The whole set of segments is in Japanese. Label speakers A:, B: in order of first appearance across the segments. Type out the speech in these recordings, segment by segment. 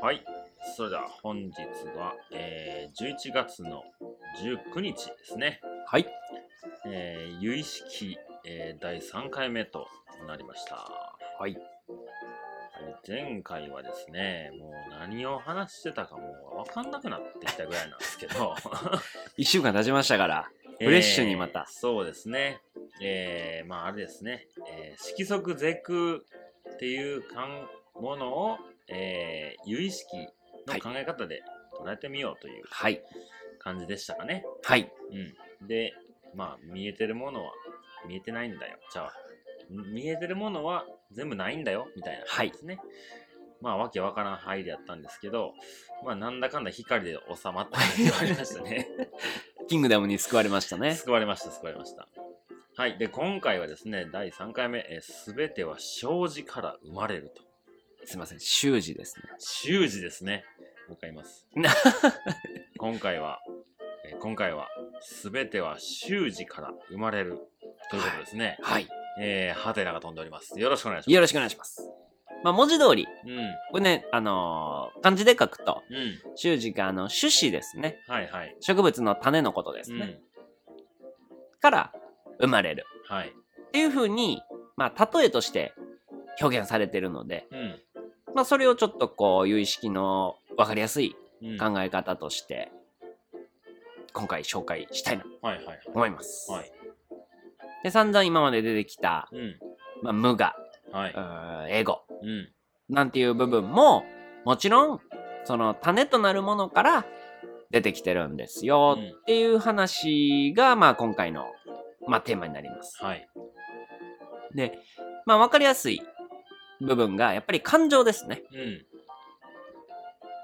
A: はい。それでは本日は、えー、11月の19日ですね。
B: はい。
A: えー、有意識、えー第3回目となりました。は
B: はい。
A: い前回はですね、もう何を話してたかもう分かんなくなってきたぐらいなんですけど、
B: 一週間経ちましたから。フレッシュにま
A: え
B: た
A: ーそうですね。えー、まああれですね、えー、色即是空っていうかんものを、えー、有意識の考え方で捉えてみようという
B: はい。
A: 感じでしたかね。
B: はい。
A: うん、で、まあ見えてるものは見えてないんだよ。じゃあ、見えてるものは全部ないんだよみたいな
B: は
A: 感
B: い
A: じですね。まあわけわからん範囲でやったんですけど、まあなんだかんだ光で収まった感じはありましたね。
B: キングダムに救われましたね。
A: 救われました救われましたはいで今回はですね第3回目「すべては生じから生まれる」と
B: すいません。修士ですね。
A: 習字ですねもう一回言います 今回はえー今回は「すべては習字から生まれる」ということですね、
B: はい。
A: えー、ハテナが飛んでおりますよろしくお願いし
B: よ
A: ま
B: ろしくお願いします。まあ、文字通り、
A: すうん
B: これね、あのー漢字で書くと、
A: うん
B: 修士が、あの、種子ですね。
A: はいはい
B: 植物の種のことです
A: う
B: ね。
A: ん
B: から、生まれる。
A: はい
B: っていうふうに、まあ、例えとして表現されてるので、
A: うん
B: まあ、それをちょっとこう、有意識の分かりやすい
A: うんはい
B: 考え方として、今回紹介したいなと
A: はいはい
B: 思います。
A: はい
B: で、散々今まで出てきた、
A: うん
B: まあ、無我、
A: はいう
B: ーんエゴ、
A: うん
B: なんていう部分も、もちろん、その種となるものから出てきてるんですよ、
A: うん
B: っていう話が、まあ今回の、まあテーマになります。
A: はい
B: で、まあわかりやすい部分が、やっぱり感情ですね。
A: うん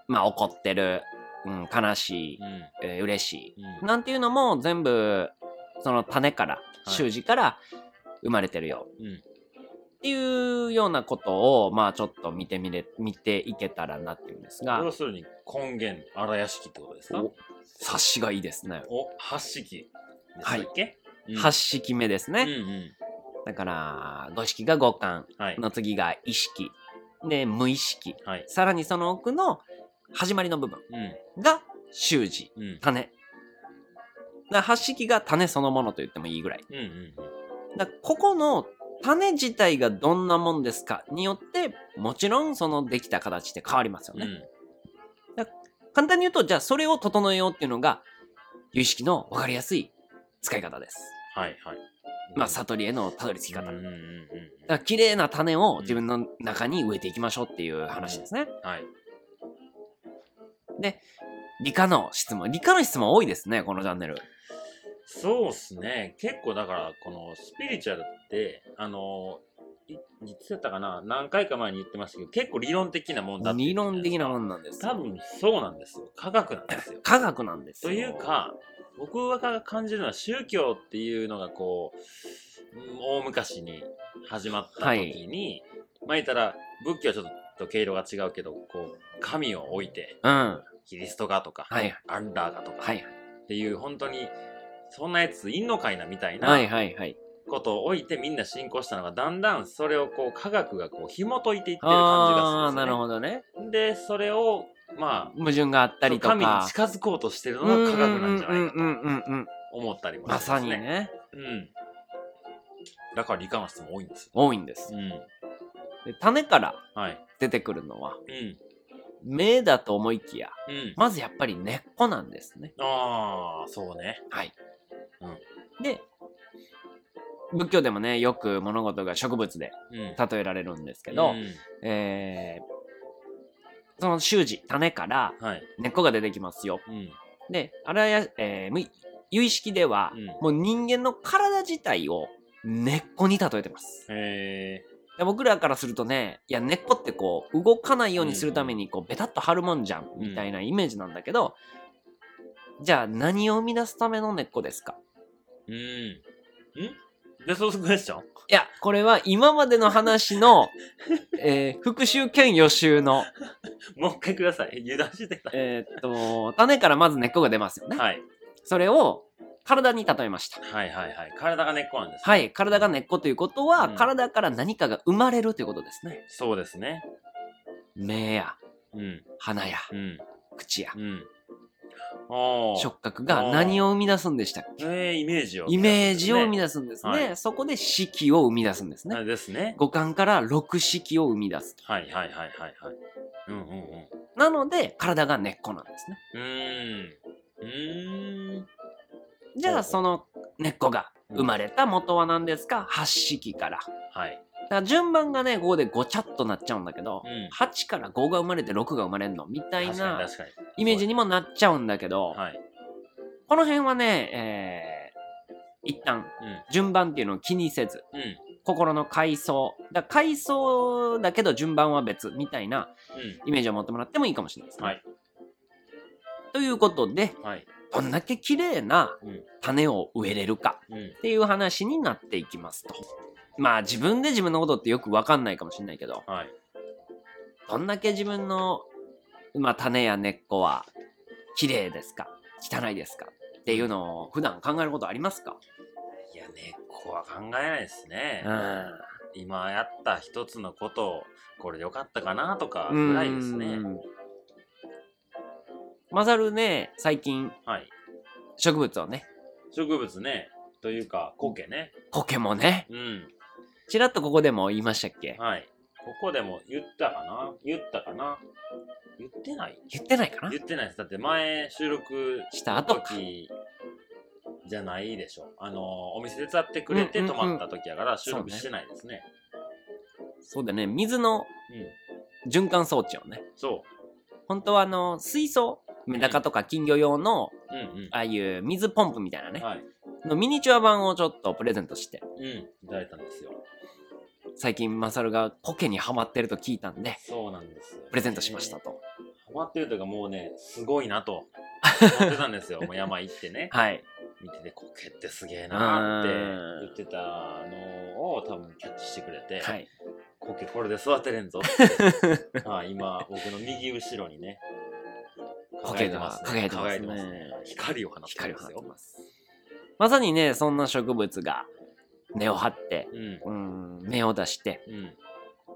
B: まあ怒ってる、うん、悲しい、
A: うん
B: えー嬉しい。
A: うん
B: なんていうのも全部、その種から、
A: い
B: 習字から生まれてるよ。
A: うん
B: っていうようなことを、まあちょっと見てみれ、見ていけたらなっていうんですが
A: 要、するに根源荒屋敷ってことですか
B: お察しがいいですね。
A: お八式でしたっけ、うん
B: 8式目ですね。
A: うんう
B: だから、5式が五感、
A: んはい
B: の次が意識、で、無意識、
A: はい
B: さらにその奥の始まりの部分
A: うん
B: が習字、
A: うん
B: 種。だ8式が種そのものと言ってもいいぐらい。
A: うんうん
B: だここの種自体がどんなもんですかによって、もちろんそのできた形って変わりますよ
A: うんう
B: ね。
A: ん
B: 簡単に言うと、じゃあそれを整えようっていうのが、有意識の分かりやすい使い方です。
A: はいはい
B: まあ、悟りへのたどり着き
A: うん
B: 方。
A: うんう
B: だ
A: ん
B: か
A: う
B: ら綺麗な種を自分の中に植えていきましょうっていう話です
A: ん
B: ね。
A: はい
B: 理科の質問。理科の質問多いですね、このチャンネル。
A: そうっすね結構だからこのスピリチュアルってあのいいつやったかな何回か前に言ってましたけど結構理論的なもんだって
B: 理論的なも
A: ん
B: んなんです。
A: 多分そうなんですよ科学なんですよ
B: 科学なんです
A: と
B: よ。
A: いう、か僕が感じるのは宗教っていうのがこううん大昔に始まった時に、まあ言ったら仏教はちょっと毛色が違うけどこう神を置いて
B: うん。は
A: キリストがとか、
B: はい
A: アンラーがと
B: い
A: か、
B: はい。
A: っていう本当にそんなやついんのかいなみたい
B: はい
A: な
B: はいはい。
A: ことを置いてみんな信仰したのがだんだんそれをこう科学がこう紐解いていってる感じがす
B: あ
A: る
B: あー、
A: んで
B: な
A: す
B: る
A: よ、ね。
B: ほどね。
A: でそれをまあ
B: 矛盾があったりとか。
A: 神に近づこうとしてるのが科学なんじゃないかと。
B: うんうんうんうんうん。
A: 思ったりもし
B: まさに
A: ね。
B: ね、
A: うん。だから理科の質も多いんですよ。
B: 多いんです
A: う。ん。
B: で種から
A: はい。
B: 出てくるのは、
A: うん。
B: 芽だと思いきや、
A: うん。
B: まずやっぱり根っこなんですね。
A: ああ、そうね。
B: はい。
A: うん
B: で、仏教でもね、よく物事が植物で
A: うん。
B: 例えられるんですけど、
A: うん
B: えーその習字、種から
A: はい。
B: 根っこが出てきますよ。
A: うん。
B: で、あれはや、えー無意、有意識では、
A: うん
B: もう人間の体自体を根っこに例えてます。
A: へえ。
B: で僕らからするとね、いや、根っこってこう、動かないようにするために、こう、ベタっと張るもんじゃん、みたいなイメージなんだけど、じゃあ何を生み出すための根っこですか
A: うん。んで、そうすクエスチョン
B: いや、これは今までの話 の、えー復習兼予習の、
A: もう一回ください。油断してた。
B: えーっと、種からまず根っこが出ますよね。
A: はい。
B: それを体に例えました。
A: はいはいはい。体が根っこなんです。
B: はい。体が根っこということは、
A: うん
B: 体から何かが生まれるということですね。
A: そうですね。
B: 芽や、
A: うん。
B: 花や
A: うん。
B: 口や
A: うん。ああ。
B: 触覚が何を生み出すんでしたっけ
A: えー、イメージを。
B: イメージを生み出すんですね。
A: はい
B: そこで色を生み出すんですね。
A: あですね。
B: 五感から六色を生み出すと。
A: はいはいはいはいはい。うんうんうん。
B: なので体が根っこなんですね。
A: うーん。うーん。
B: じ
A: ほう
B: ゃあ
A: ほう
B: その根っこが生まれた元は何ですか ?8 式から。だ
A: はい。
B: から順番がね、5でごちゃっとなっちゃうんだけど、
A: うん。
B: 8から5が生まれて6が生まれるのみたい
A: 確かに
B: な
A: 確かに。
B: イメージにもなっちゃうんだけど、
A: はい。
B: この辺はね、えー一旦順番っていうのを気にせず、
A: うん。うん。
B: 心の階層。だから階層だけど順番は別みたいなイメージを持ってもらってもいいかもしれないです
A: うん。
B: ね。
A: はい。
B: ということで、
A: はい。
B: どんだけ綺麗な
A: うん
B: 種を植えれるか
A: うん。
B: っていう話になっていきますと。まあ自分で自分のことってよくわかんないかもしれないけど、
A: はい。
B: どんだけ自分の、まあ、種や根っこは綺麗ですか汚いですかっていうのを普段考えることありますか
A: いや、根っこは考えないですね
B: う。ん。
A: 今やった一つのことを、これでよかったかなとかぐらいですね。
B: うん。マサルね、最近
A: はい。
B: 植物をね、
A: 植物ね、というか、苔ね。
B: 苔もね、
A: うん。
B: ちらっとここでも言いましたっけ
A: はい。ここでも言ったかな言ったかな言ってない
B: 言ってないかな
A: 言ってないです。だって前収録
B: した後か。
A: 時じゃないでしょ。あの、お店手伝ってくれて
B: うんうん
A: 泊ま
B: うん
A: った時やから収録
B: そうね
A: してないですね。
B: そうだね、水の循環装置を
A: う、
B: ね
A: ん。そ
B: 本当はあの、水槽、メダカとか金魚用の、
A: う。うん
B: ああいう水ポンプみたいな
A: うん。
B: ね、
A: はい。
B: のミニチュア版をちょっとプレゼントして、
A: うん。いただいたんですよ。
B: 最近マサルがコケにハマってると聞いたんで
A: そうなんですよ。
B: プレゼントしました。と、
A: ハマってるというかもうね、すごいなと思ってたんです よ。もう山行ってね。
B: はい
A: 見てて、コケってすげえなーって言ってたのを多分キャッチしてくれて、
B: はい
A: コケこれで育てれ んぞって。はい、今、僕の右後ろにね、
B: コケが
A: 輝
B: 輝
A: いて
B: いて
A: ま
B: ます
A: ね。
B: すね
A: 光を放って
B: 光
A: ま
B: を
A: す
B: 放って
A: よ。
B: ますまさにねそんな植物が根を張って
A: うん。
B: うん芽を出して、
A: うん。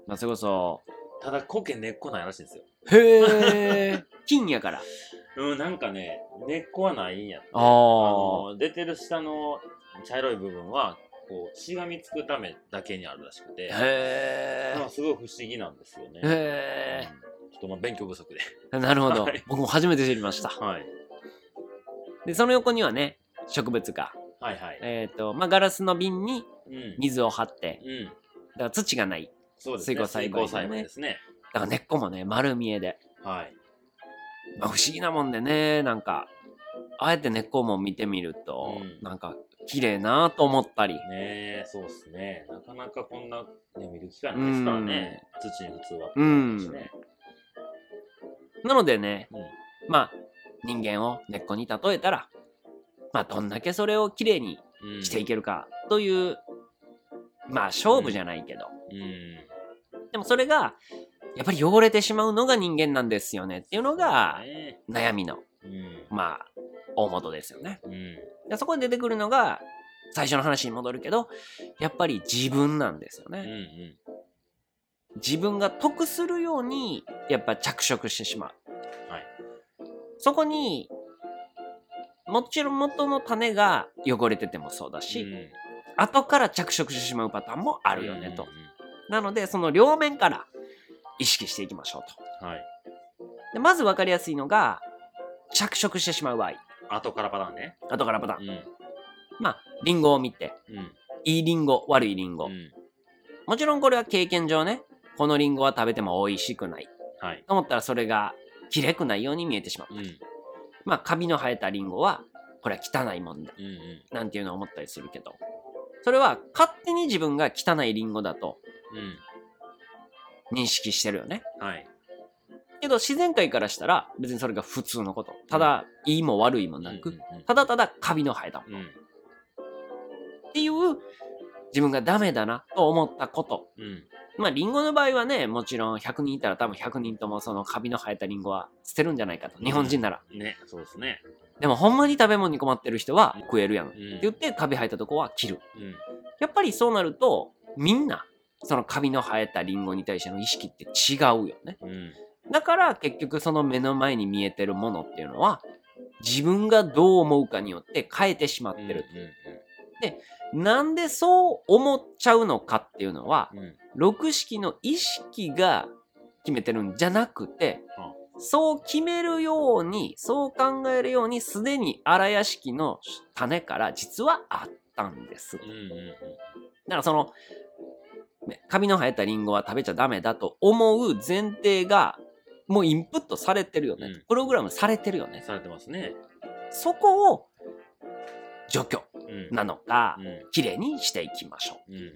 B: まあ、それこそ
A: ただ、コケ根っこないらしいんですよ。
B: へえ 金やから
A: うん、なんかね、根っこはないんやって。
B: あー
A: の出てる下の茶色い部分は、こう、しがみつくためだけにあるらしくて、
B: へ
A: なんかすごい不思議なんですよね。
B: えへ
A: うんちょっとまあ勉強不足で。
B: えなるほど、
A: はい
B: 僕も初めて知りました
A: はい。
B: でその横にはね植物が
A: はいはい。
B: えっ、とまあガラスの瓶に
A: うん。
B: 水を張って
A: うん。
B: だから土がない
A: そうですね。
B: 水耕栽培
A: 水耕栽培ですね。
B: だから根っこもね丸見えで
A: はい。
B: まあ、不思議なもんでねなんかあえて根っこも見てみると、
A: うん
B: なんか綺麗なと思ったり、
A: ねえ、そうですね。なかなかこんな、ね、見る機会ないですからね。土に普通は。
B: うん
A: ね
B: なのでね、
A: うん
B: まあ人間を根っこに例えたらまあどんだけそれを綺麗に
A: うん
B: していけるかという、まあ勝負じゃないけど、
A: うん。
B: でもそれがやっぱり汚れてしまうのが人間なんですよねっていうのが
A: ね
B: 悩みの
A: うん。
B: まあ大元ですよね。
A: うん。
B: でそこで出てくるのが最初の話に戻るけどやっぱり自分なんですよ
A: うん。
B: ね、
A: うん。
B: 自分が得するようにやっぱ着色してしまう
A: はい。
B: そこにもちろん元の種が汚れててもそうだし、
A: うん
B: 後から着色してしまうパターンもあるよねと、
A: うんう
B: なのでその両面から意識していきましょうと
A: んはい。
B: でまず分かりやすいのが着色してしまう場合
A: 後からパターンね。
B: 後からパターン、
A: うん。
B: まあリンゴを見て
A: うん。
B: いいリンゴ悪いリンゴ、
A: うん
B: もちろんこれは経験上ね、このリンゴは食べても美味しくない。
A: はい。
B: と思ったらそれが、きれくないように見えてしまう。
A: うん。うん。
B: まあ、カビの生えたリンゴは、これは汚いもんだ。
A: うん。
B: なんていうのを思ったりするけど。それは、勝手に自分が汚いリンゴだと認識してるよね。
A: うん。はい。
B: けど、自然界からしたら、別にそれが普通のこと。ただ、いいも悪いもな
A: うん
B: く、
A: うんうん
B: ただただカビの生えたもの
A: うん。
B: っていう、自分がダメだなと思ったこと
A: うん。
B: まあ、リンゴの場合はね、もちろん100人いたら多分100人ともそのカビの生えたリンゴは捨てるんじゃないかと。日本人なら。
A: ね、そうですね。
B: でもほんまに食べ物に困ってる人は食えるやん。って
A: うん。
B: 言ってカビ生えたとこは切る。
A: うん。
B: やっぱりそうなると、みんな、そのカビの生えたリンゴに対しての意識って違うよね。
A: うん。
B: だから結局その目の前に見えてるものっていうのは自分がどう思うかによって変えてしまってる。なんでそう思っちゃうのかっていうのは
A: うんうんうん
B: 六式の意識が決めてるんじゃなくてそう決めるようにそう考えるようにすでに荒屋敷の種から実はあったんです。だ
A: うんうんうん
B: からそのねカビの生えたリンゴは食べちゃダメだと思う前提がもうインプットされてるよね、
A: うん
B: プログラムされてるよね
A: されてますね。
B: そこを除去
A: うん
B: なのか、
A: うんうん
B: 綺麗にしていきましょ
A: うんうん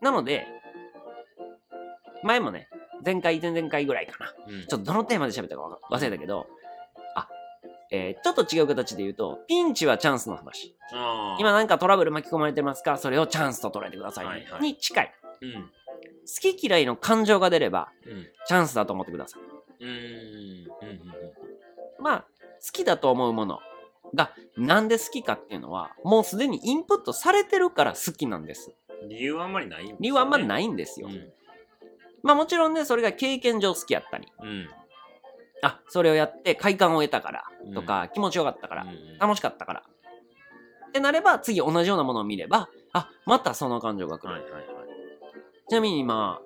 B: うなので前もね前回前々回ぐらいかな
A: うん
B: ちょっとどのテーマで喋ったかわ忘れたけどあえーちょっと違う形で言うとピンチはチャンスの話
A: あー
B: 今なんかトラブル巻き込まれてますかそれをチャンスと捉えてくださいね、
A: はいはい
B: に近い
A: うん
B: 好き嫌いの感情が出れば
A: うん
B: チャンスだと思ってください
A: うんうんうん
B: まあ、好きだと思うものが、なんで好きかっていうのは、もうすでにインプットされてるから好きなんです。
A: うん理由はあんまりないんですよね
B: 理由はあんまりないいんですよ。
A: うん
B: まあもちろんね、それが経験上好きやったり、
A: うん
B: あ、それをやって快感を得たから、とか、気持ちよかったから
A: う、ん
B: 楽しかったから。ってなれば、次同じようなものを見れば、あ、またその感情が来る。
A: はいはいはい
B: ちなみに今、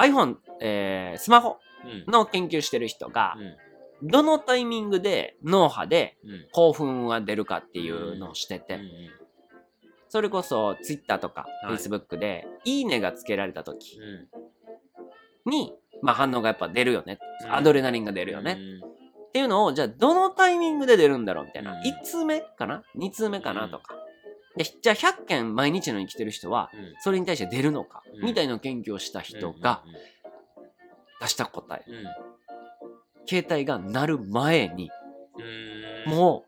B: iPhone、えースマホ
A: うん
B: の研究してる人が
A: う、ん
B: どのタイミングで脳波で
A: うん
B: 興奮が出るかっていうのをしてて、
A: うん
B: それこそ Twitter とか
A: はい
B: Facebook で「いいね」がつけられた時
A: うん
B: に、まあ、反応がやっぱ出るよね
A: うん
B: アドレナリンが出るよ
A: う
B: ね、
A: ん
B: っていうのをじゃあどのタイミングで出るんだろうみたいな、
A: うん
B: 1通目かな2通目か
A: う
B: なんとか、でじゃあ100件毎日のように来てる人は
A: うん
B: それに対して出るのか、
A: うん
B: みたいな研究をした人が出した答え、
A: うんうん
B: 携帯が鳴る前に
A: うん
B: も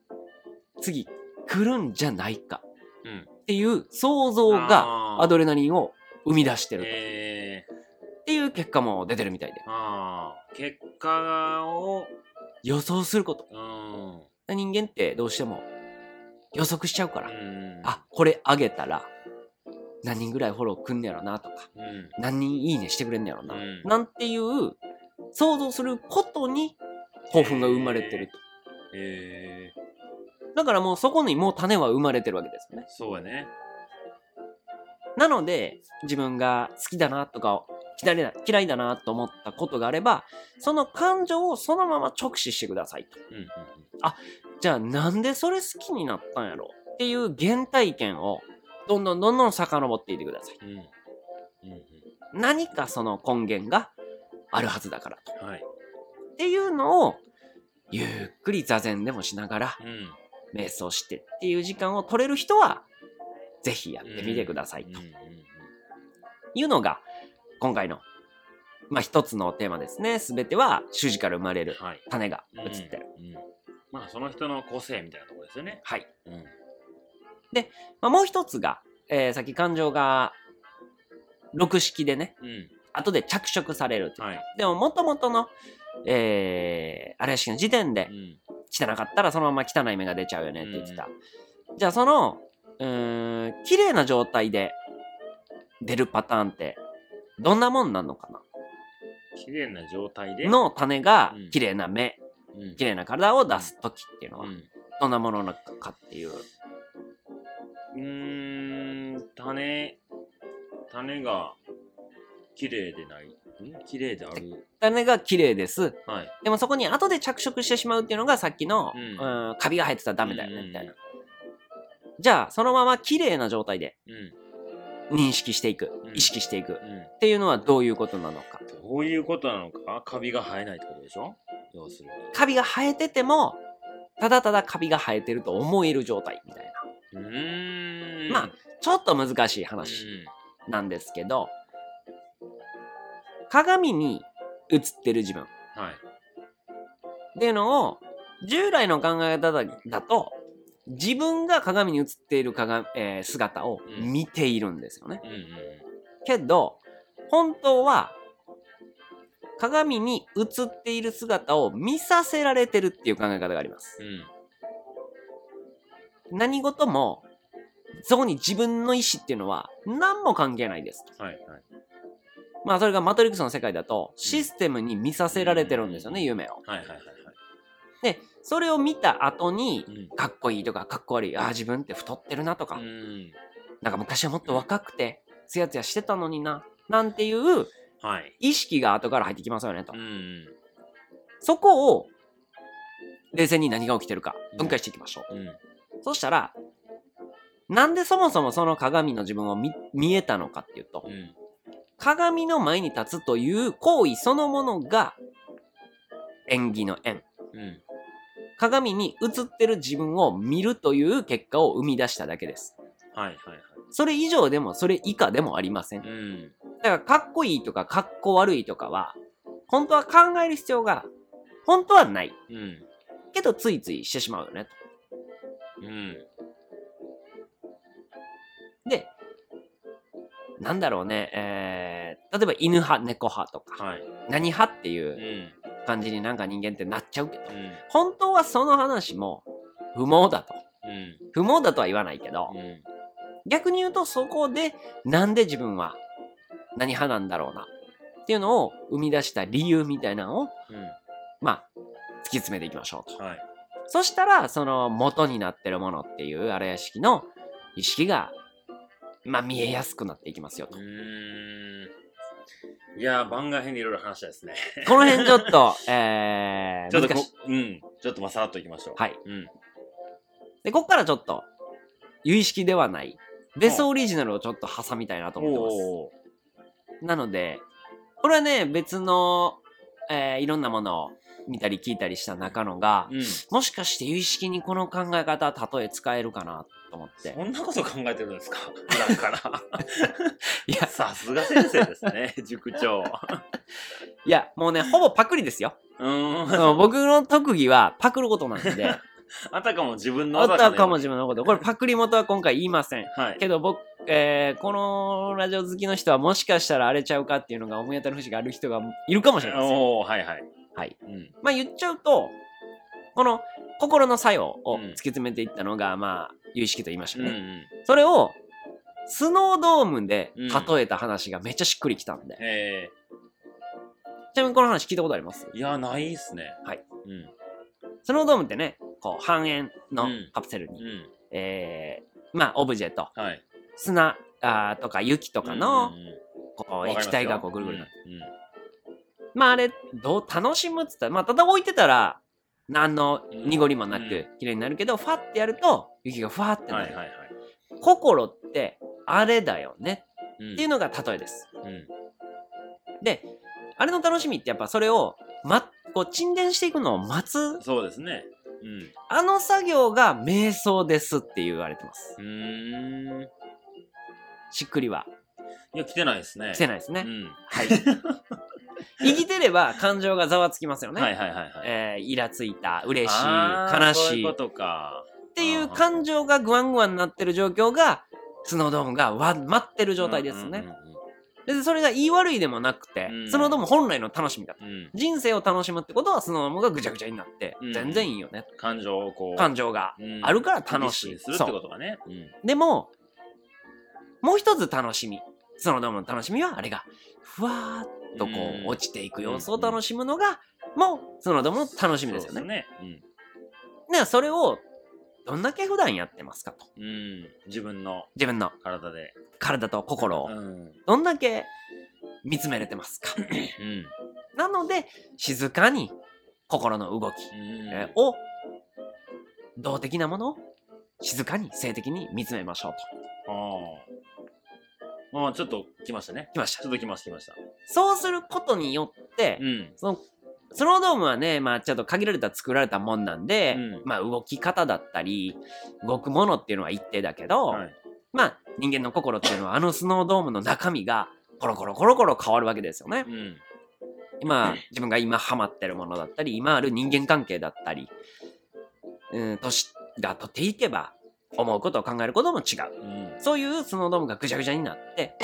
B: う次来るんじゃないか
A: うん
B: っていう想像が
A: あー
B: アドレナリンを生み出してると
A: えー
B: っていう結果も出てるみたいで
A: あー結果を
B: 予想すること
A: うん
B: 人間ってどうしても予測しちゃうから、
A: うん
B: あこれあげたら何人ぐらいフォローくんねやろなとか
A: うん
B: 何人いいねしてくれんねやろな、
A: うん
B: なんていう想像することに興奮が生まれてると、
A: えー
B: だからもうそこにもう種は生まれてるわけですよね
A: そうやね
B: なので自分が好きだなとか嫌いだ嫌いだなと思ったことがあればその感情をそのまま直視してくださいと
A: うんうんうん
B: じゃあなんでそれ好きになったんやろっていう原体験をどんどんどんどん遡っていってください。
A: うんうん
B: 何かその根源があるはずだからと。
A: うんはい
B: っていうのをゆっくり座禅でもしながら
A: うん
B: 瞑想してっていう時間を取れる人はぜひやってみてくださいと
A: うんうんうん
B: いうのが今回のまあ一つのテーマですね。すべては主治から生まれ
A: うん
B: る
A: はい
B: 種が映ってる。
A: うんうんまあその人の個性みたいなところですよね
B: はい。
A: うん
B: まあ、もう一つが、えーさっき感情が6式でね、
A: うん
B: 後で着色されるという
A: はい
B: でも、元々の、えー、あれ式の時点で
A: う、ん
B: 汚かったらそのまま汚い目が出ちゃうよねって言ってた。じゃあ、その、うーん、綺麗な状態で出るパターンって、どんなもんなのかな
A: 綺麗な状態で
B: の種が
A: うん、
B: 綺麗な目、
A: うん
B: 綺麗な体を出すときっていうのは
A: う、ん
B: どんなものなのかっていう。
A: うーん、種、種が綺麗でない。ん綺麗である。
B: 種が綺麗です。
A: はい。
B: でもそこに後で着色してしまうっていうのがさっきの、
A: う
B: うんん、カビが入ってたらダメだよ
A: うんうんうん
B: ねみたいな。じゃあそのまま綺麗な状態で
A: うん。
B: 認識していく
A: うん
B: 意識していくっ
A: うん。
B: ていうのはどういうことなのか。
A: どういうことなのかカビが生えないってことでしょ要する
B: カビが生えててもただただカビが生えてると思える状態みたいな。
A: に。うーん。
B: まあちょっと難しい
A: うん、
B: 話なんですけど鏡に映ってる自分
A: はい。
B: っていうのを従来の考え方だだと自分が鏡に映っている鏡、えー姿を見ているんですよね。
A: うんうん
B: けど本当は鏡に映っている姿を見させられてるっていう考え方があります。
A: うん。
B: 何事もそこに自分の意思っていうのは何も関係ないです。
A: うん。はいはい。
B: まあそれがマトリックスの世界だとシステムに見させられてるんですよね、
A: うん
B: 夢を。
A: はいはいはいはい。
B: で、それを見た後に
A: う、ん
B: かっこいいとかかっこ悪い、ああ自分って太ってるなとか、
A: うん。
B: なんか昔はもっと若くてツヤツヤしてたのにな、なんていう
A: はい。
B: 意識が後から入ってきますよねと
A: う。ん。
B: そこを冷静に何が起きてるか分解していきましょう。
A: うん。
B: そしたら、なんでそもそもその鏡の自分を見見えたのかっていうと、
A: うん。
B: 鏡の前に立つという行為そのものが縁起の縁。
A: うん。
B: 鏡に映ってる自分を見るという結果を生み出しただけです。
A: はいはいはい。
B: それ以上でもそれ以下でもありません。
A: う
B: だ
A: ん。
B: からかっこいいとかかっこ悪いとかは、本当は考える必要が本当はない。
A: うん。
B: けどついついしてしまうよねと。
A: うん。
B: で、なんだろうね、えー、例えば犬派、猫派とか、
A: はい。。
B: 何派っていううん感じになんか人間ってなっちゃうけど、
A: うん。
B: 本当はその話も不毛だと。
A: うん。
B: 不毛だとは言わないけど、
A: うん。
B: 逆に言うとそこでなんで自分は何派なんだろうなっていうのを生み出した理由みたいなのを、
A: う
B: まあ、突き詰めていきましょうと。
A: ん。はい。
B: そしたら、その元になってるものっていうあれや式の意識が、まあ見えやすくなっていきますよと
A: う。ーん。いやー、番外編でいろいろ話したいですね。
B: この辺ちょっ と、えー、
A: ちょっと
B: 難
A: こ
B: しい。、
A: うん。ちょっとまあさらっといきましょう。
B: はい。
A: うん。
B: で、こっからちょっと、有意識ではない、ベソオリジナルをちょっと挟みたいなと思ってま
A: おー
B: す。なので、これはね、別の、えー、いろんなものを見たり聞いたりした中野が、
A: うん。
B: もしかして有意識にこの考え方、例え使えるかなと思って
A: そ。んなこと考えてるんですか普段から。
B: いや、
A: さすが先生ですね、 塾 長。
B: いや、もうね、ほぼパクリですよ。
A: うーん。
B: そう僕の特技はパクることなん で、
A: あたかも自分の
B: あとは
A: のように
B: かも自分のこと。これパクリ元は今回言いません。
A: はい。
B: けど僕、えーこのラジオ好きの人はもしかしたら荒れちゃうかっていうのが思い当たる節がある人がいるかもしれません。
A: おおはいはい。
B: はい。
A: うん。
B: まあ言っちゃうと、この心の作用を突き詰めていったのが、まあ、有意識と言いました
A: う
B: よ
A: んう
B: ね。
A: ん。
B: それを、スノードームで例えた話がめっちゃしっくりきたんで。
A: え
B: ちなみにこの話聞いたことあります
A: ー、いや、ないっすね。
B: はい。
A: うん。
B: スノードームってね、こう、半円の
A: うん
B: カプセルに、
A: うん。
B: えーまあ、オブジェと
A: はい。
B: 砂あーとか雪とか
A: う
B: の
A: んうんうん
B: こう
A: わかりますよ
B: 液体がこうぐるぐる
A: うんうん
B: まああれ、どう、楽しむっつったら、まあただ置いてたら、何の濁りもな
A: う
B: く
A: ん
B: 綺麗になるけど、ファってやると、雪がファって
A: は
B: ないる。
A: はいはい。
B: 心って、あれだよね
A: うん
B: っていうのが例えです。
A: うん
B: で、あれの楽しみってやっぱそれを、ま、こう沈殿していくのを待つ、
A: そうですね。うん。
B: あの作業が瞑想ですって言われてます
A: う。ーん。
B: しっくりはい
A: や、来てないですね。
B: してないですね。
A: うん。
B: はい。生きてれば感情がざわつきますよね。
A: はいはいはいはい。
B: えーイラついた、嬉しい、
A: あー
B: 悲
A: そう
B: し
A: い
B: いう
A: こ。とか。
B: っていう感情がグワングワンになってる状況が、スノードームがわ待ってる状態です
A: うん
B: ね。で、それが言い悪いでもなくて
A: う、ん
B: スノードーム本来の楽しみだと。
A: うんうんうん。うん
B: 人生を楽しむってことは、スノードームがぐちゃぐちゃになって
A: う、ん
B: 全然いいよね。
A: 感情をこう。
B: 感情が。
A: うん
B: あるから楽しい
A: リッシュにするってことがね。うん
B: でも、もう一つ楽しみ。スノードームの楽しみは、あれが、ふわーっとこ
A: うん
B: う、落ちていく様子を楽しむのが、もう、スノードームの楽しみですよ
A: そう
B: ね。
A: ね。うん。
B: で、それを、どんだけ普段やってますかと。
A: うん、自分の
B: 自分の
A: 体で。
B: 体と心を
A: う。ん。
B: どんだけ見つめれてま すか
A: うん。
B: なので、静かに心の動き
A: うん
B: えーを、動的なものを静かに静的に見つめましょうと。
A: ああ。ああ、ちょっと来ましたね。
B: きました
A: ちょ。っと来ました、来ました。
B: そうすることによって、
A: うん。
B: その、スノードームはね、まあちょっと限られた作られたもんなんで、
A: うん
B: まあ動き方だったり、動くものっていうのは一定だけど、
A: はい。
B: まあ人間の心っていうのはあのスノードームの中身がコロコロコロコロ変わるわけですよね
A: う。ん。
B: 今、自分が今ハマってるものだったり、今ある人間関係だったり、うん、年がとっていけば、思うことを考えることも違う。
A: うん。
B: そういうスノードームがぐちゃぐちゃになって、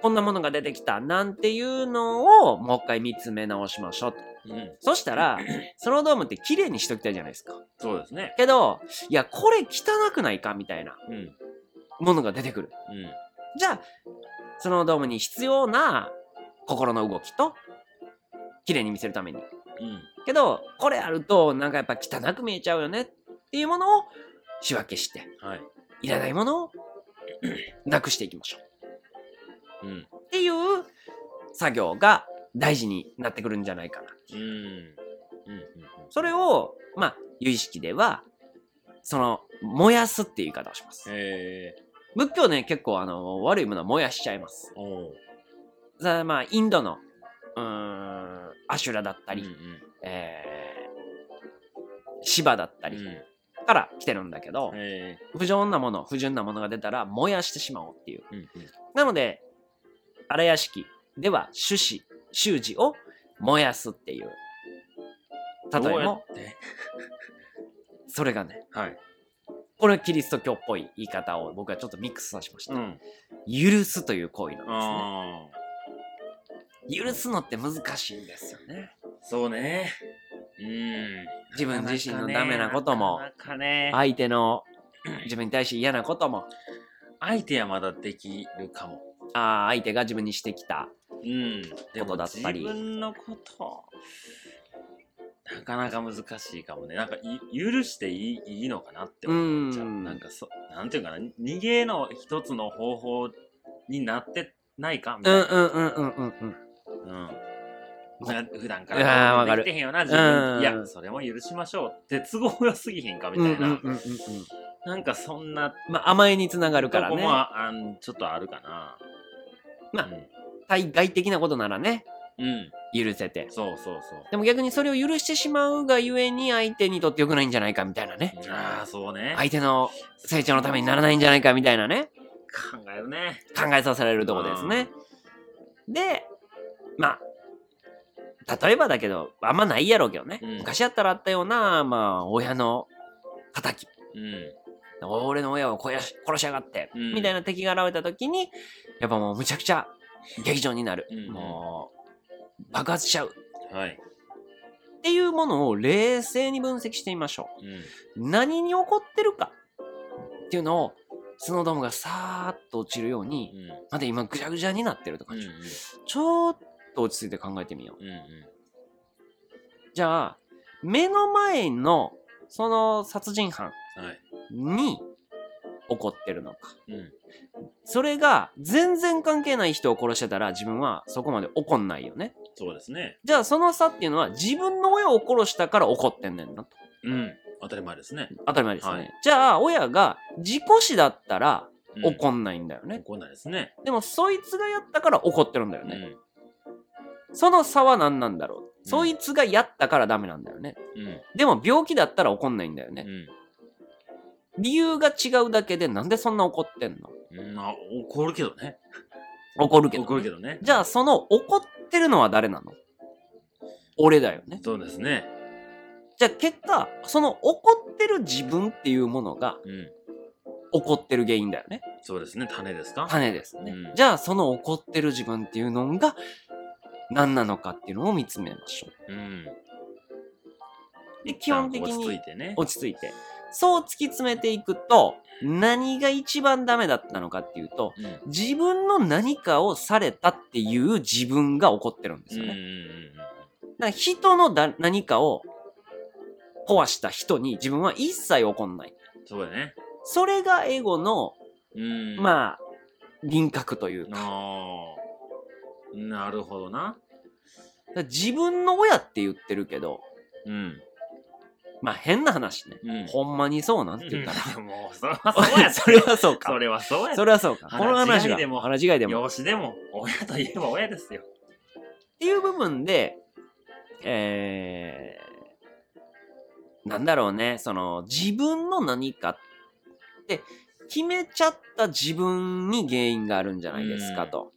B: こんなものが出てきたなんていうのをもう一回見つめ直しましょうと。
A: うん。
B: そしたら、スノードームって綺麗にしときたいじゃないですか。
A: そうですね。
B: けど、いや、これ汚くないかみたいな
A: うん。
B: ものが出てくる。
A: うん。
B: じゃあ、スノードームに必要な心の動きと綺麗に見せるために
A: うん。
B: けどこれあるとなんかやっぱ汚く見えちゃうよねっていうものを仕分けして
A: はい。
B: いらないものをなくしていきましょ
A: うん。
B: うっていう作業が大事になってくるんじゃないかな
A: うん。うん。うん。
B: それをまあ有意識ではその燃やすっていう言い方をします
A: へえ。
B: 仏教ね結構あの悪いものは燃やしちゃいます
A: おう。
B: さあまあインドのうーんアシュラだったり、
A: うん
B: えー、シバだった
A: うん。う
B: り
A: ん。
B: から来てるんだけど、
A: へえ。
B: 不浄なもの不純なものが出たら燃やしてしまおうっていう
A: うん。
B: なので荒屋敷では種子習字を燃やすっていう例えも
A: どうやって
B: それがね
A: はい。
B: これキリスト教っぽい言い方を僕はちょっとミックスさせました、
A: うん。
B: 許すという行為なんですね
A: ああ。
B: 許すのって難しいんですよね
A: そうね。うん。
B: 自分自身のダメなことも
A: なかなかね。
B: 相手の自分に対して嫌なことも
A: 相手はまだできるかも。
B: あー相手が自分にしてきた
A: うん。で
B: こ
A: も
B: とだったり
A: 自分のこと。なかなか難しいかもね。なんかい許していいいいのかなって思っちゃう。
B: うん
A: なんかそ、なんていうかな、逃げの一つの方法になってないかみ
B: う
A: たい
B: ん
A: な。
B: うんうんうんうんうん
A: うん。な普段か
B: いやー
A: ら
B: わか
A: で
B: る
A: きてへんよな、自分
B: う
A: に。
B: ん
A: いや、それも許しましょうって都合良すぎへんかみたいな。
B: うんうんうんうんうん
A: なんかそんな
B: まあ、甘えにつながる
A: と
B: から
A: こ
B: ね
A: もあんちょっとあるかな。
B: まあ
A: うん
B: 対外的なことならね
A: うん。
B: 許せて
A: そうそうそう。
B: でも逆にそれを許してしまうがゆえに相手にとって良くないんじゃないかみたいなね
A: ああ、そうね。
B: 相手の成長のためにならないんじゃないかみたいなね
A: 考えるね。
B: 考えさせられるとこですねでまあ例えばだけどあんまないやろうけどね、
A: うん
B: 昔やったらあったようなまあ親の敵
A: うん。
B: 俺の親を殺し殺しやがって、
A: うん
B: みたいな敵が現れた時にやっぱもうむちゃくちゃ劇場になる、
A: うん
B: もう爆発しちゃう
A: はい。
B: っていうものを冷静に分析してみましょ
A: うん。
B: う何に起こってるかっていうのをスノードームがさーっと落ちるように、
A: うん。
B: まだ今ぐちゃぐちゃになってるとか、
A: うん。
B: ちょっと落ち着いて考えてみよう
A: うん。
B: じゃあ目の前のその殺人犯
A: うん。はい。
B: に起こってるのか
A: うん。
B: それが全然関係ない人を殺してたら自分はそこまで怒んないよね。
A: そうですね。
B: じゃあその差っていうのは自分の親を殺したから怒ってんねんなと。
A: うん。当たり前ですね。
B: 当たり前ですよね。
A: はい
B: じゃあ親が自己死だったら
A: うん
B: 怒んないんだよね。
A: 怒んないですね。
B: でもそいつがやったから怒ってるんだよ
A: う
B: ね。
A: ん。
B: その差は何なんだろう。そいつがやったからダメなんだよね。
A: うん。
B: でも病気だったら怒んないんだよ
A: う
B: ね。
A: ん。
B: 理由が違うだけでなんでそんな怒ってんの
A: うん、あ怒るけどね。
B: 怒るけど。
A: 怒るけどね。
B: じゃあその怒ってるのは誰なの俺だよね。
A: そうですね。
B: じゃあ結果、その怒ってる自分っていうものが
A: うん。
B: 怒ってる原因だよね。
A: そうですね。種ですか
B: 種ですね。
A: うん
B: じゃあその怒ってる自分っていうのが何なのかっていうのを見つめましょ
A: うん。
B: う。で、基本的
A: 落ち着
B: に
A: いてね。
B: 落ち着いて。そう突き詰めていくと、何が一番ダメだったのかっていうと、
A: うん。
B: 自分の何かをされたっていう自分が怒ってるんで
A: う
B: す
A: ん。う
B: よ
A: ん
B: ね。だから人のだ何かを壊した人に自分は一切怒んない。
A: うん。そうだね。
B: それがエゴの
A: うん。あ。
B: まあ、輪郭というか、
A: あーなるほどな。
B: だから自分の親って言ってるけど、
A: うん。
B: まあ変な話ね。
A: うん。
B: ほんまにそうなんて言ったら。
A: うん もう、それはそうや
B: それはそう か
A: そ。れはそうや
B: それはそうか。
A: 話
B: この話
A: 違
B: が
A: いでも
B: 話違いでも。っ
A: 養子でも、親といえば親ですよ。
B: ていう部分で、えー、なんだろうね、その自分の何かって決めちゃった自分に原因があるんじゃないですかと。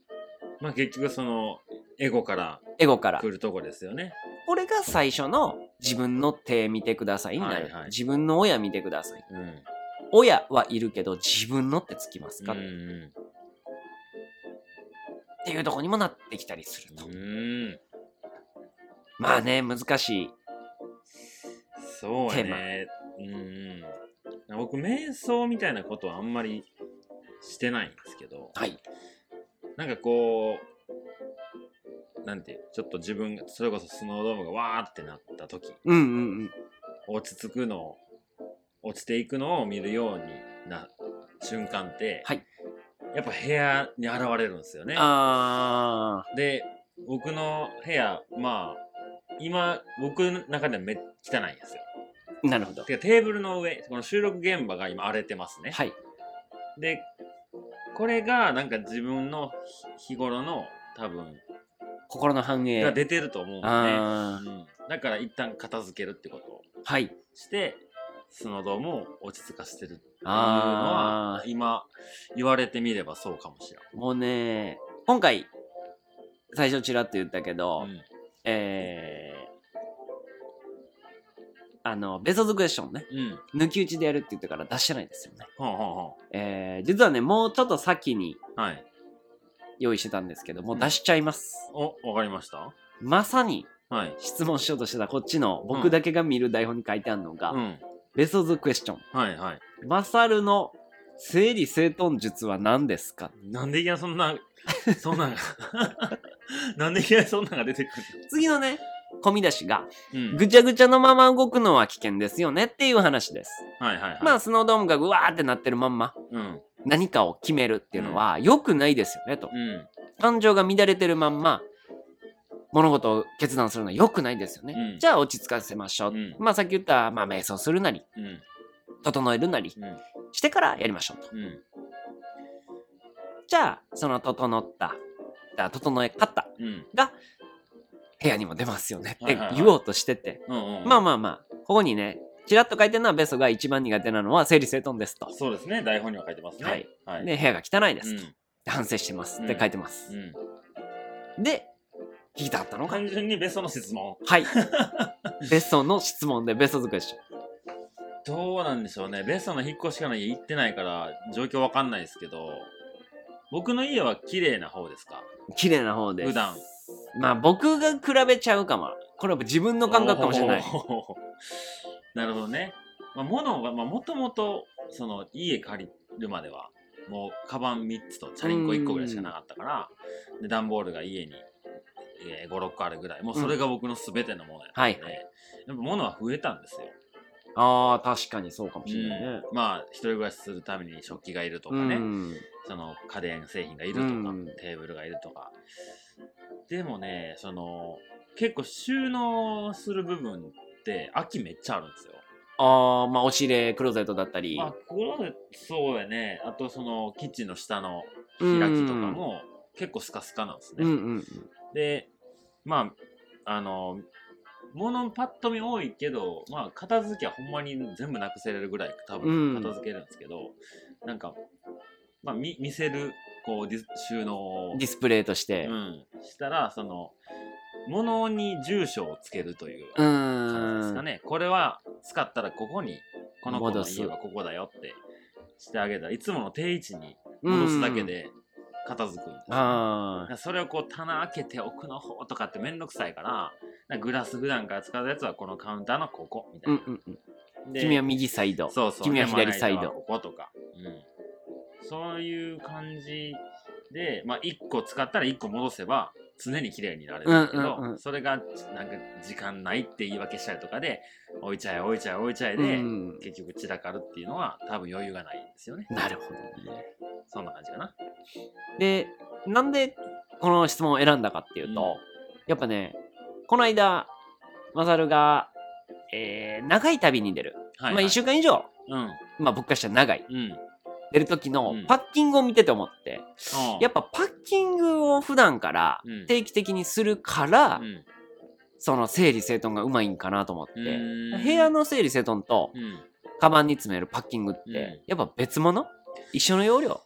A: まあ結局その、エゴから
B: エゴから
A: 来。るとこですよね。
B: これが最初の自分の手見てくださいになる。
A: はいはい
B: 自分の親見てください。
A: うん。
B: 親はいるけど自分のってつきますか、
A: う
B: っ
A: ん。
B: ていうとこにもなってきたりすると、
A: うん。
B: まあね難しい
A: そうやね。うん。僕、瞑想みたいなことはあんまりしてないんですけど、
B: はい
A: なんかこう、なんていうちょっと自分がそれこそスノードームがわーってなった時
B: うんうんうん。
A: 落ち着くのを落ちていくのを見るようにな瞬間って、
B: はい
A: やっぱ部屋に現れるんですよね。
B: あ
A: で僕の部屋まあ今僕の中ではめっ汚いんですよ。
B: ー、なるほど。
A: てかテーブルの上この収録現場が今荒れてますね。
B: はい。
A: でこれがなんか自分の日日頃の多分
B: 心の反映。
A: が出てると思うんで、ね
B: あ
A: うん、だから一旦片付けるってことを
B: ーはい。
A: してスノドームを落ち着かせてるっていうのは
B: あ
A: 今言われてみればそうかもしれ
B: ー、もうね、今回、最初ちらっと言ったけど、
A: ない、うん、
B: えー、あの、ベゾズクエスチョンね、
A: うん。
B: 抜き打ちでやるって言ったから出してないですよね。
A: ほうほうほ
B: えー、実はね、もうちょっと先に
A: う。はい。
B: 用意してたんですけど、もう出しちゃいます。
A: お、わかりました
B: まさに
A: はい。
B: 質問しようとしてたこっちの僕だけが見る台本に書いてあるのが、
A: うん。
B: ベソズクエスチョン。
A: はいはい。
B: マサルの整理整頓術は何ですか
A: なんでいきなりそんな、そんなんが、 なんでいきなりそんなんが出てく
B: 次のね、込み出しが、
A: るうん。
B: ぐちゃぐちゃのまま動くのは危険ですよねっていう話です。
A: はいはいはい。
B: まあ、スノードームがぐわーってなってるまんま、
A: うん。
B: 何かを決めるっていうのは良くないですよねと。
A: うん。
B: 感情が乱れてるまんま、物事を決断するのは良くないですよね。
A: うん
B: じゃあ落ち着かせましょう。
A: うん
B: まあさっき言った、まあ瞑想するなり、
A: うん。
B: 整えるなり
A: うん。
B: してからやりましょうと。
A: うん。
B: じゃあ、その整った、じゃあ整え方
A: うん。
B: が部屋にも出ますよねっ
A: はい
B: て
A: はいはい
B: 言おうとしてて。
A: うん。うん
B: まあまあまあ、ここにね、ちらっと書いてるのはベソが一番苦手なのは整理整頓ですと。
A: そうですね。台本には書いてますね。
B: はい。
A: はい。
B: で、部屋が汚いで
A: う
B: すと。
A: ん。
B: で反省してますって書いてます。
A: うん。
B: で、聞きたかったのが、
A: 単純にベストの質問。
B: はい。ベソの質問でベソ作りでしょ。
A: どうなんでしょうね。ベストの引っ越しかの家行ってないから、状況わかんないですけど、僕の家は綺麗な方ですか
B: 綺麗な方です。
A: 普段。
B: まあ僕が比べちゃうかも。これは自分の感覚かもしれない。
A: おー。 なるほどね。まあ、物が、まあ、もともと、その、家借りるまでは、もう、カバン3つとチャリンコ1個ぐらいしかなかったから、で、段ボールが家に、えー、5、6個あるぐらい。もう、それが僕の全てのものやったので、
B: うん
A: やっぱ物は増えたんですよ。
B: ああ、確かにそうかもしれないね。
A: まあ、一人暮らしするために食器がいるとかね、
B: うん。
A: その、家電製品がいるとか、
B: うん
A: テーブルがいるとか。でもね、その、結構収納する部分って、秋めっちゃあるんですよ。
B: ああ、まあ押し入れ、クローゼットだったり。
A: まあ、ここのそうやねあとそのキッチンの下の開きとかも結構スカスカなんですね、
B: うんうん
A: でまああの物パッと見多いけど、まあ、片付けはほんまに全部なくせれるぐらい多分
B: うん
A: 片付けるんですけど、なんか、まあ、見見せるこうディス収納
B: う
A: を
B: ん。、ディスプレイとして。
A: う、
B: うん
A: したらその物に住所をつけるという
B: ー
A: 感じです
B: ん。
A: かね。これは使ったらここに、この子の
B: 戻す
A: 家はここだよってしてあげたら、いつもの定位置に
B: うん
A: 戻すだけ。で片付くんですよね、だ
B: あ
A: からそれをこう棚開けて奥の方とかってめんどくさいから、なんかグラス普段から使うやつはこのカウンターのここみ
B: あ。
A: た
B: う
A: い
B: ん
A: な。
B: うんうん。
A: で
B: 君は右サイド。
A: そうそう
B: 君は
A: でまあ
B: 左サイド
A: 間はこことか。うんそういう感じで、まあ、1個使ったら1個戻せば常に綺麗になれるんだけど、
B: うんうんうん
A: それがなんか時間ないって言い訳したりとかで置いちゃえ置いちゃえ置いちゃえ
B: う
A: で、
B: ん。
A: 結局散らかるっていうのは多分余裕がないんですよね。
B: なるほどね。
A: そんな感じかな。
B: で、なんでこの質問を選んだかっていうと、
A: うん
B: やっぱね、この間、マサルが、えー長い旅に出る。
A: はい、
B: まあ1週間以上、
A: うん
B: まあ僕からしたら長い。
A: うん。
B: 出る時の
A: うん
B: パッキングを見てて思って、やっ
A: ぱ、
B: ぱパッキングを普段から
A: うん
B: 定期的にするから、
A: うん
B: その整理整頓がうまいんかなと思って、
A: うーん
B: 部屋の整理整頓と、
A: うん、
B: カバンに詰めるパッキングって、
A: うん
B: やっぱ別物一緒の容量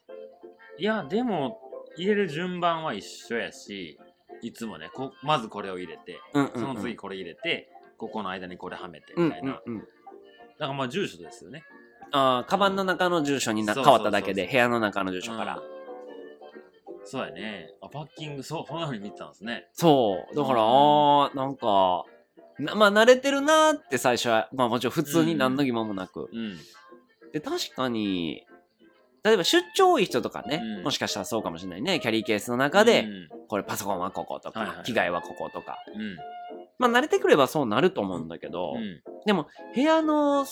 A: いやでも入れる順番は一緒やしいつもねこまずこれを入れて
B: うんうん、う
A: そ
B: ん、
A: の次これ入れて、ここの間にこれはめて
B: うん
A: み
B: う
A: たいな。
B: んうん
A: だからまあ住所ですよね。
B: ああ、カバンの中の住所にな
A: そう
B: 変
A: そう
B: わ
A: そう
B: っただけで、部屋の中の住所から
A: うん。そうやね。あパッキング、そう、そんな風に見てたんですね。
B: そう。だから、あ
A: うん
B: ーなんか、なまあ、慣れてるなーって最初は、まあもちろん普通に何の疑問もなく。
A: うん。
B: で、確かに、例えば出張多い人とかね、
A: うん
B: もしかしたらそうかもしれないねキャリーケースの中で、
A: うん
B: これパソコンはこことか、
A: はいはい
B: 着替えはこことか
A: うん
B: まあ慣れてくればそうなると思うんだけど、
A: うん
B: でも部屋の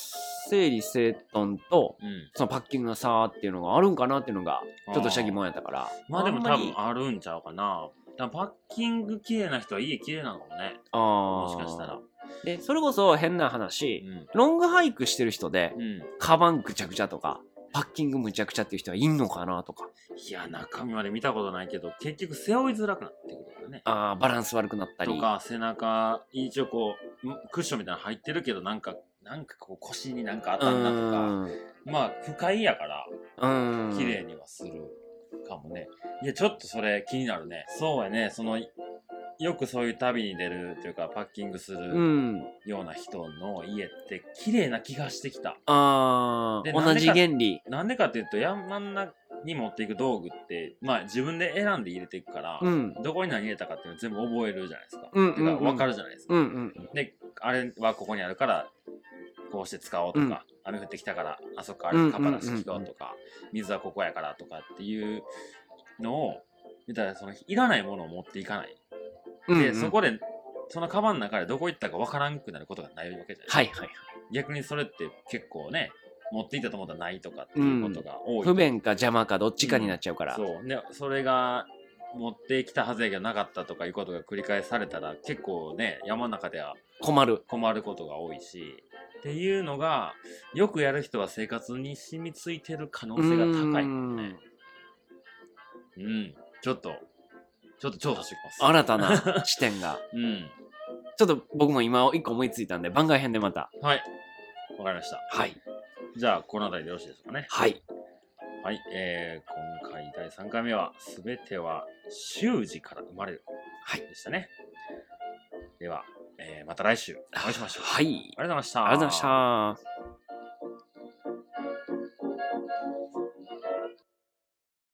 B: 整理整頓と
A: うん
B: そのパッキングの差っていうのがあるんかなっていうのがちょっとした疑問やったから
A: まあでも
B: んま
A: 多
B: り
A: 分あるんちゃうかな多分パッキング綺麗な人は家綺麗なのかもね
B: あ
A: も
B: ー
A: しかしたら
B: でそれこそ変な話、
A: うん
B: ロングハイクしてる人で
A: うん
B: カバンぐちゃぐちゃとかパッキングむちゃくちゃっていう人はいんのかなとか
A: いや中身まで見たことないけど結局背負いづらくなってくるからね
B: あーバランス悪くなったり
A: とか背中一応こうんクッションみたいなの入ってるけどなんかなんかこう腰になんか当たんなとかまあ不快やから
B: うんうん
A: 綺麗にはするかもね、いやちょっとそれ気になるねそうやねそのよくそういう旅に出るというかパッキングす
B: う
A: る
B: ん
A: ような人の家って綺麗な気がしてきた
B: あ
A: で
B: ー
A: な
B: 同
A: んで
B: じ
A: か
B: 原理
A: なんでかっていうと山ん中に持っていく道具ってまあ自分で選んで入れていくから、
B: うん
A: どこに何入れたかっていうの全部覚えるじゃないですか、
B: うんうんうん
A: てか分かるじゃないですか、
B: うんうん
A: であれはここにあるからこうして使おうとか、
B: うん
A: 雨降ってきたからあそこあ
B: うんう
A: れ
B: ん
A: カパラ式ようとか、水はここやからとかっていうのを見たらそのいらないものを持っていかない、
B: うんうん
A: でそこでそのカバンの中でどこ行ったかわからんくなることがないわけじゃない、
B: はいはいはい
A: 逆にそれって結構ね持っていったと思ったらないとかっていうことが多い、
B: 不便か邪魔かどっちかになっちゃうから、
A: そうねそれが持ってきたはずやけどなかったとかいうことが繰り返されたら結構ね山の中では
B: 困る
A: 困ることが多いしっていうのがよくやる人は生活に染みついてる可能性が高いもんねうんちょっとちょっと調査してきます
B: 新たな視点が
A: うん
B: ちょっと僕も今一個思いついたんで番外編でまた
A: はいわかりました
B: はい
A: じゃあこの辺りでよろしいですかね
B: はい
A: はいえー、今回第3回目は「全ては習字から生まれる」
B: はい
A: でしたねでは、えーまた来週お会いしましょう、
B: はい
A: ありがとうございました
B: ありがとうございました